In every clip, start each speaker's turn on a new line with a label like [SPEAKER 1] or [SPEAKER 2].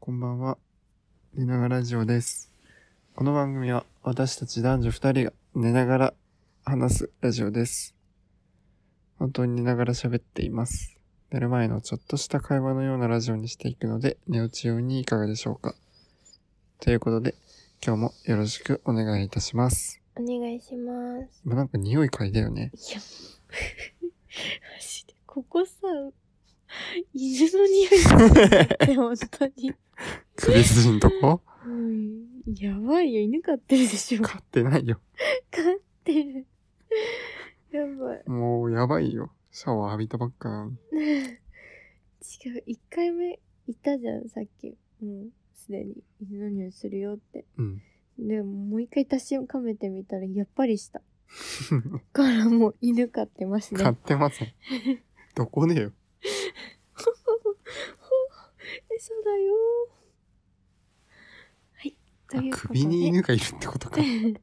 [SPEAKER 1] こんばんは。寝ながらジオです。この番組は私たち男女二人が寝ながら話すラジオです。本当に寝ながら喋っています。寝る前のちょっとした会話のようなラジオにしていくので、寝落ち用にいかがでしょうか。ということで、今日もよろしくお願いいたします。
[SPEAKER 2] お願いします。
[SPEAKER 1] 今なんか匂い嗅いだよね。
[SPEAKER 2] いや、 マジで、ここさ、犬の匂いが して、本当に。
[SPEAKER 1] クリス人と こ
[SPEAKER 2] うん、やばいよ、犬飼ってるでしょ。飼
[SPEAKER 1] 飼ってないよ。
[SPEAKER 2] ってる。やばい。
[SPEAKER 1] もうやばいよ。シャワー浴びたばっかなのに。
[SPEAKER 2] 違う、一回目、いたじゃん、さっき。うん、すでに、犬の匂いするよって。
[SPEAKER 1] うん。
[SPEAKER 2] でも、もう一回足しかめてみたら、やっぱり した。からもう、犬飼ってますね。
[SPEAKER 1] 買ってま せん。どこでよ。
[SPEAKER 2] 餌だよはい。と
[SPEAKER 1] あ
[SPEAKER 2] いうことで。
[SPEAKER 1] 首に犬がいるってことか。今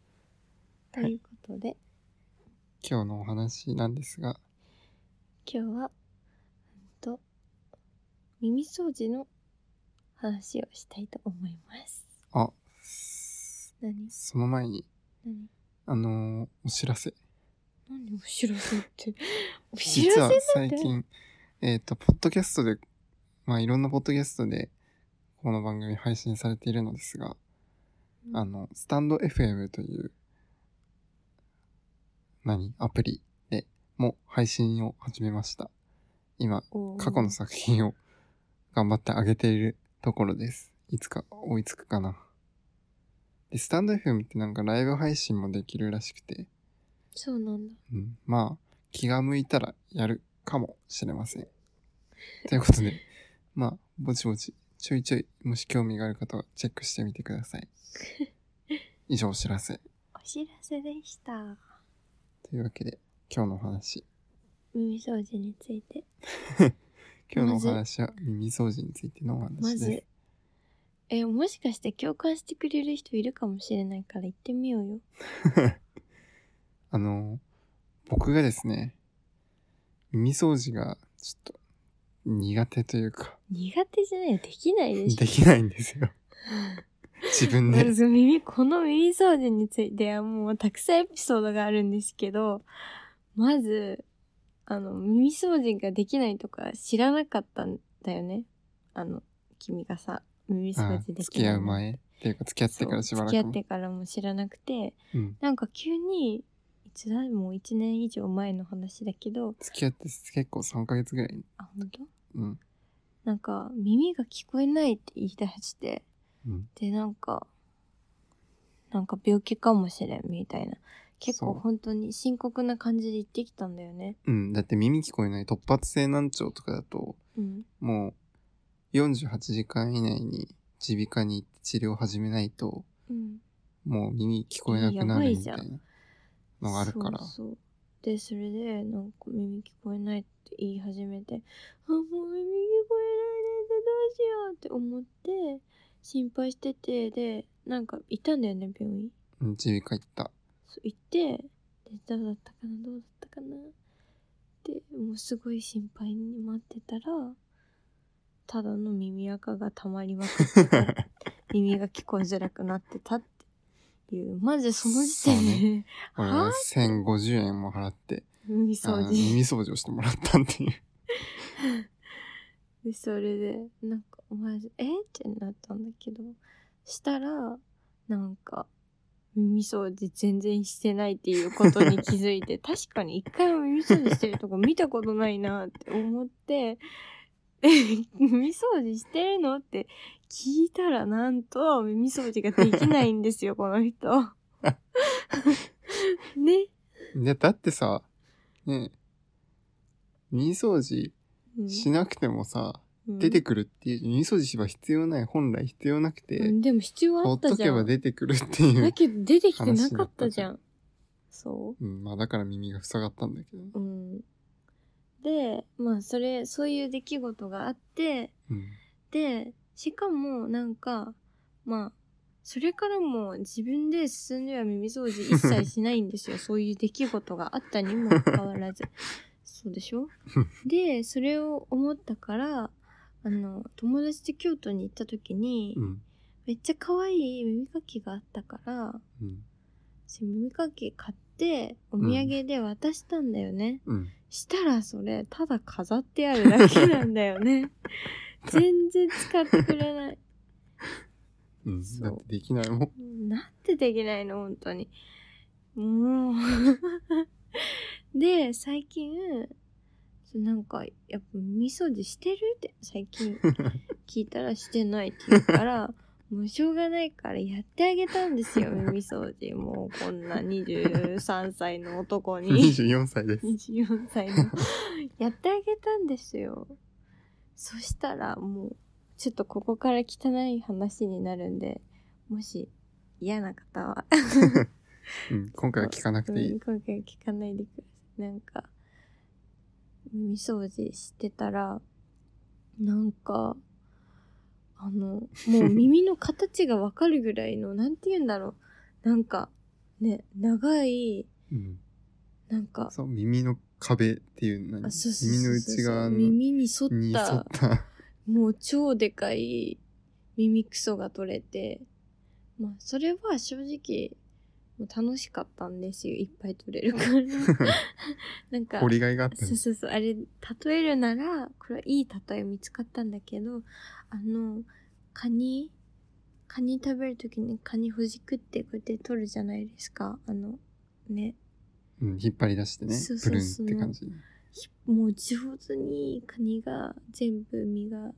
[SPEAKER 2] ということで、
[SPEAKER 1] 日のお話なんですが、
[SPEAKER 2] 今日は、うんと、耳掃除の話をしたいと思います。
[SPEAKER 1] あ、そ
[SPEAKER 2] 何
[SPEAKER 1] その前に、
[SPEAKER 2] 何
[SPEAKER 1] あのーお知らせ。
[SPEAKER 2] 何お知らせって。お 知
[SPEAKER 1] 実
[SPEAKER 2] ら
[SPEAKER 1] は
[SPEAKER 2] せ
[SPEAKER 1] 最近、えっ、と、ポッドキャストで、まあいろんなポッドキャストで、この番組配信されているのですが、あの、スタンド FM という、何アプリでも配信を始めました。今、過去の。作品を頑張って上げているところです。いつか追いつくかな。で、スタンド FM ってなんかライブ配信もできるらしくて、
[SPEAKER 2] おーそうなんだ。
[SPEAKER 1] うん、まあ、気が向いたらやるかもしれません。ということで、まあ、ぼちぼち、ちょいちょい、もし興味がある方はチェックしてみてください。以上お知らせ。
[SPEAKER 2] お知らせでした。
[SPEAKER 1] というわけで、今日のお話。
[SPEAKER 2] 耳掃除について。
[SPEAKER 1] 今日のお話は耳掃除についてのお話です。
[SPEAKER 2] まず、え、もしかして共感してくれる人いるかもしれないから行ってみようよ。
[SPEAKER 1] あの、僕がですね、耳掃除がちょっと苦手というか、
[SPEAKER 2] 苦手じゃないよ。できないでしょ。
[SPEAKER 1] できないんです よ。自分
[SPEAKER 2] ま
[SPEAKER 1] で。
[SPEAKER 2] ず耳、この耳掃除についてはもうたくさんエピソードがあるんですけど、まず、あの、耳掃除ができないとか知らなかったんだよね。あの、君がさ、耳掃
[SPEAKER 1] あ
[SPEAKER 2] 除で
[SPEAKER 1] 付
[SPEAKER 2] き
[SPEAKER 1] き
[SPEAKER 2] ない。
[SPEAKER 1] 合う前っていうか付き合ってからしばら
[SPEAKER 2] そう
[SPEAKER 1] く
[SPEAKER 2] 付
[SPEAKER 1] も
[SPEAKER 2] き合ってからも知らなくて、
[SPEAKER 1] うん
[SPEAKER 2] なんか急に、いつだもう1年以上前の話だけど、
[SPEAKER 1] 付き合って結構3ヶ月ぐらい。
[SPEAKER 2] あ、本当
[SPEAKER 1] うん。
[SPEAKER 2] なんか耳が聞こえないって言い出して、
[SPEAKER 1] うん
[SPEAKER 2] でなんかなんか病気かもしれんみたいな結
[SPEAKER 1] そ
[SPEAKER 2] 構
[SPEAKER 1] う
[SPEAKER 2] 本当に深刻な感じで言ってきたんだよね
[SPEAKER 1] うん。だって耳聞こえない突発性難聴とかだと、
[SPEAKER 2] うん
[SPEAKER 1] もう48時間以内に耳鼻科に行って治療を始めないと、
[SPEAKER 2] うん
[SPEAKER 1] もう耳聞こえなくな
[SPEAKER 2] やば
[SPEAKER 1] る
[SPEAKER 2] い
[SPEAKER 1] み
[SPEAKER 2] じ
[SPEAKER 1] た
[SPEAKER 2] ゃ
[SPEAKER 1] い
[SPEAKER 2] ん
[SPEAKER 1] なのがあるから。
[SPEAKER 2] そうそうでそれでなんか耳聞こえないって言い始めてあもう耳聞こえないなんてどうしようって思って心配しててでなんかいたんだよね病院
[SPEAKER 1] うん耳鼻科行った。
[SPEAKER 2] そう行ってでどうだったかなどうだったかなってもうすごい心配に待ってたらただの耳垢がたまりまく ってた耳が聞こえづらくなってたっていうまずその時点で、
[SPEAKER 1] そう 俺
[SPEAKER 2] は
[SPEAKER 1] は
[SPEAKER 2] あ
[SPEAKER 1] 1050円も払って、あ
[SPEAKER 2] 耳掃
[SPEAKER 1] の
[SPEAKER 2] 除
[SPEAKER 1] 耳掃除をしてもらったっていう。
[SPEAKER 2] でそれでなんかお前えってなったんだけどしたらなんか耳掃除全然してないっていうことに気づ いて確かに一回も耳掃除してるとこ見たことないなって思って え耳掃除してるのって聞いたらなんと耳掃除ができないんですよこの人 ね、
[SPEAKER 1] で、だってさ、ねえ耳掃除
[SPEAKER 2] うん
[SPEAKER 1] しなくてもさ、
[SPEAKER 2] うん
[SPEAKER 1] 出てくるっていう、耳掃除しば必要ない、本来必要なく
[SPEAKER 2] う
[SPEAKER 1] て、
[SPEAKER 2] んでも必要あ
[SPEAKER 1] 放
[SPEAKER 2] っ
[SPEAKER 1] っと
[SPEAKER 2] たじ
[SPEAKER 1] け
[SPEAKER 2] ゃ
[SPEAKER 1] ば
[SPEAKER 2] ん
[SPEAKER 1] 出てくるってい
[SPEAKER 2] だ
[SPEAKER 1] う。
[SPEAKER 2] けど出てきてな
[SPEAKER 1] 話に
[SPEAKER 2] か
[SPEAKER 1] なっ
[SPEAKER 2] った
[SPEAKER 1] た
[SPEAKER 2] じ
[SPEAKER 1] じ
[SPEAKER 2] ゃ
[SPEAKER 1] ゃ
[SPEAKER 2] ん。そ
[SPEAKER 1] うん、まあだから耳が塞がったんだけど。
[SPEAKER 2] う。うん。で、まあそれ、そういう出来事があって、
[SPEAKER 1] うん。
[SPEAKER 2] で、しかもなんか、まあ、それからも自分で進んでは耳掃除一切しないん ですよ。そういう出来事があったに もかかわらず。そうでしょで、それを思ったから、あの友達と京都に行った時に、
[SPEAKER 1] うん。
[SPEAKER 2] めっちゃ可愛い耳かきがあったから
[SPEAKER 1] うん。
[SPEAKER 2] 私耳かき買ってお土産で渡したんだよね、
[SPEAKER 1] うん。
[SPEAKER 2] したらそれただ飾ってあるだけなんだよね全然使ってくれない
[SPEAKER 1] うん。
[SPEAKER 2] そう
[SPEAKER 1] だってできないもん。
[SPEAKER 2] なんてできないの本当にもう で最近そうなんかやっぱ耳掃除してるって最近聞いたらしてないって言うからもうしょうがないからやってあげたんですよ耳掃除もうこんな23歳の 男に
[SPEAKER 1] 24歳です。
[SPEAKER 2] 24歳の やってあげたんですよそしたらもうちょっとここから汚い話になるんでもし嫌な方 は
[SPEAKER 1] うん。今回は聞かなくていい。
[SPEAKER 2] 今回は聞かないでくださいなんか耳掃除してたらなんかあのもう耳の形がわかるぐらいの なんて言うんだろうなんかね長い
[SPEAKER 1] うん。
[SPEAKER 2] なんか
[SPEAKER 1] そう、耳の壁っていう何
[SPEAKER 2] あそうそうそう
[SPEAKER 1] 耳
[SPEAKER 2] そう
[SPEAKER 1] の内側のに
[SPEAKER 2] 耳に沿っ
[SPEAKER 1] 沿
[SPEAKER 2] た
[SPEAKER 1] った。
[SPEAKER 2] もう超でかい耳クソが取れてまあそれは正直もう楽しかったんですよいっぱい取れるから なんか
[SPEAKER 1] 掘りがいがあった
[SPEAKER 2] そう
[SPEAKER 1] ね。
[SPEAKER 2] そうそうあれ例えるならこれはいい例え見つかったんだけどあのカニカニ食べるときにカニほじくってこうやって取るじゃないですかあのね
[SPEAKER 1] うん。引っ張り出してね
[SPEAKER 2] そう。そ
[SPEAKER 1] プ
[SPEAKER 2] う
[SPEAKER 1] ルンって感じ。
[SPEAKER 2] もう上手にカニが全部身が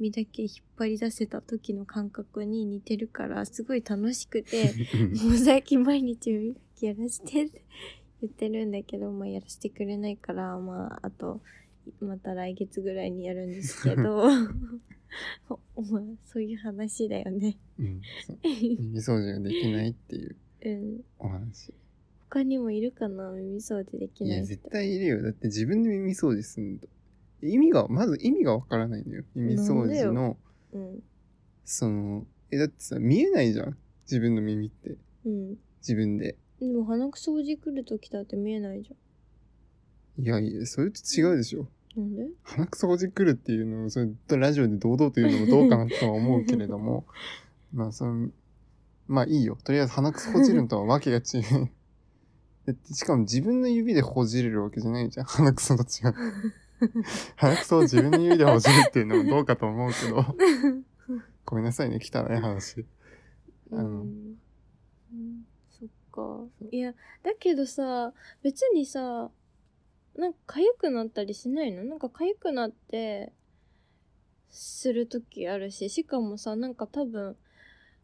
[SPEAKER 2] 身だけ引っ張り出せた時の感覚に似てるからすごい楽しくて もう最近毎日耳かきやらせてって言ってるんだけど、まあ、やらせてくれないからまああとまた来月ぐらいにやるんですけど おお前そういう話だよ ね
[SPEAKER 1] うんうん。そう耳掃除ができないっていう
[SPEAKER 2] うん
[SPEAKER 1] お話。
[SPEAKER 2] 他にもいるかな耳掃除でき
[SPEAKER 1] い
[SPEAKER 2] な
[SPEAKER 1] や、
[SPEAKER 2] い
[SPEAKER 1] 絶
[SPEAKER 2] 人
[SPEAKER 1] 対いるよ。だって自分で耳掃除するのと。意味が、まず意味がわからないのよ。耳掃
[SPEAKER 2] なんで
[SPEAKER 1] 除の
[SPEAKER 2] よ、うん
[SPEAKER 1] その、え、だってさ、見えないじゃん。自分の耳って。
[SPEAKER 2] うん
[SPEAKER 1] 自分で。
[SPEAKER 2] でも鼻くそほじくる時だって見えないじ
[SPEAKER 1] いやいや、それと違うでしょ。
[SPEAKER 2] ゃんなんで
[SPEAKER 1] 鼻くそほじくるっていうのを、それとラジオで堂々と言うのもどうかなとは思うけれど も、まあ、その、まあいいよ。とりあえず鼻くそほじるのとはわけが違 う。だってしかも自分の指でほじれるわけじゃないじゃん。鼻くそと違う。鼻くそを自分の指でほじるっていうのもどうかと思うけ ど、ごめんなさいね、汚い話。あの
[SPEAKER 2] うんうんそっかいやだけどさ別にさなんか痒くなったりしないのなんか痒くなってする時あるししかもさなんか多分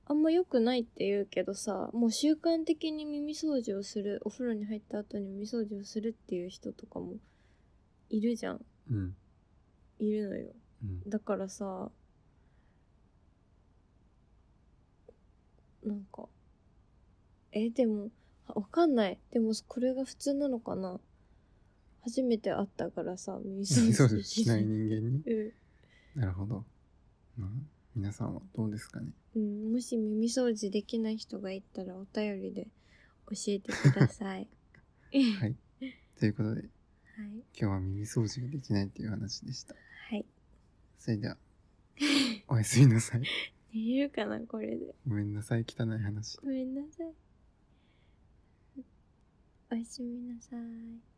[SPEAKER 2] あんま良くないって言うけどさもう習慣的に耳掃除をするお風呂に入った後に耳掃除をするっていう人とかもいるじゃん
[SPEAKER 1] うん。
[SPEAKER 2] いるのよ
[SPEAKER 1] うん。
[SPEAKER 2] だからさなんかえでもあわかんないでもこれが普通なのかな初めて会ったからさ耳
[SPEAKER 1] 耳掃除
[SPEAKER 2] し
[SPEAKER 1] しない人間に。
[SPEAKER 2] うん
[SPEAKER 1] なるほど。うん皆さんはどうですかね。
[SPEAKER 2] うん、もし耳掃除できない人がいたらお便りで教えてくださ い
[SPEAKER 1] はいということで、
[SPEAKER 2] はい
[SPEAKER 1] 今日は耳掃除ができないっていう話でした。
[SPEAKER 2] はい
[SPEAKER 1] それでは、おやすみなさい。
[SPEAKER 2] 寝れるかなこれで
[SPEAKER 1] ごめんなさい、汚い話。
[SPEAKER 2] ごめんなさいおやすみなさい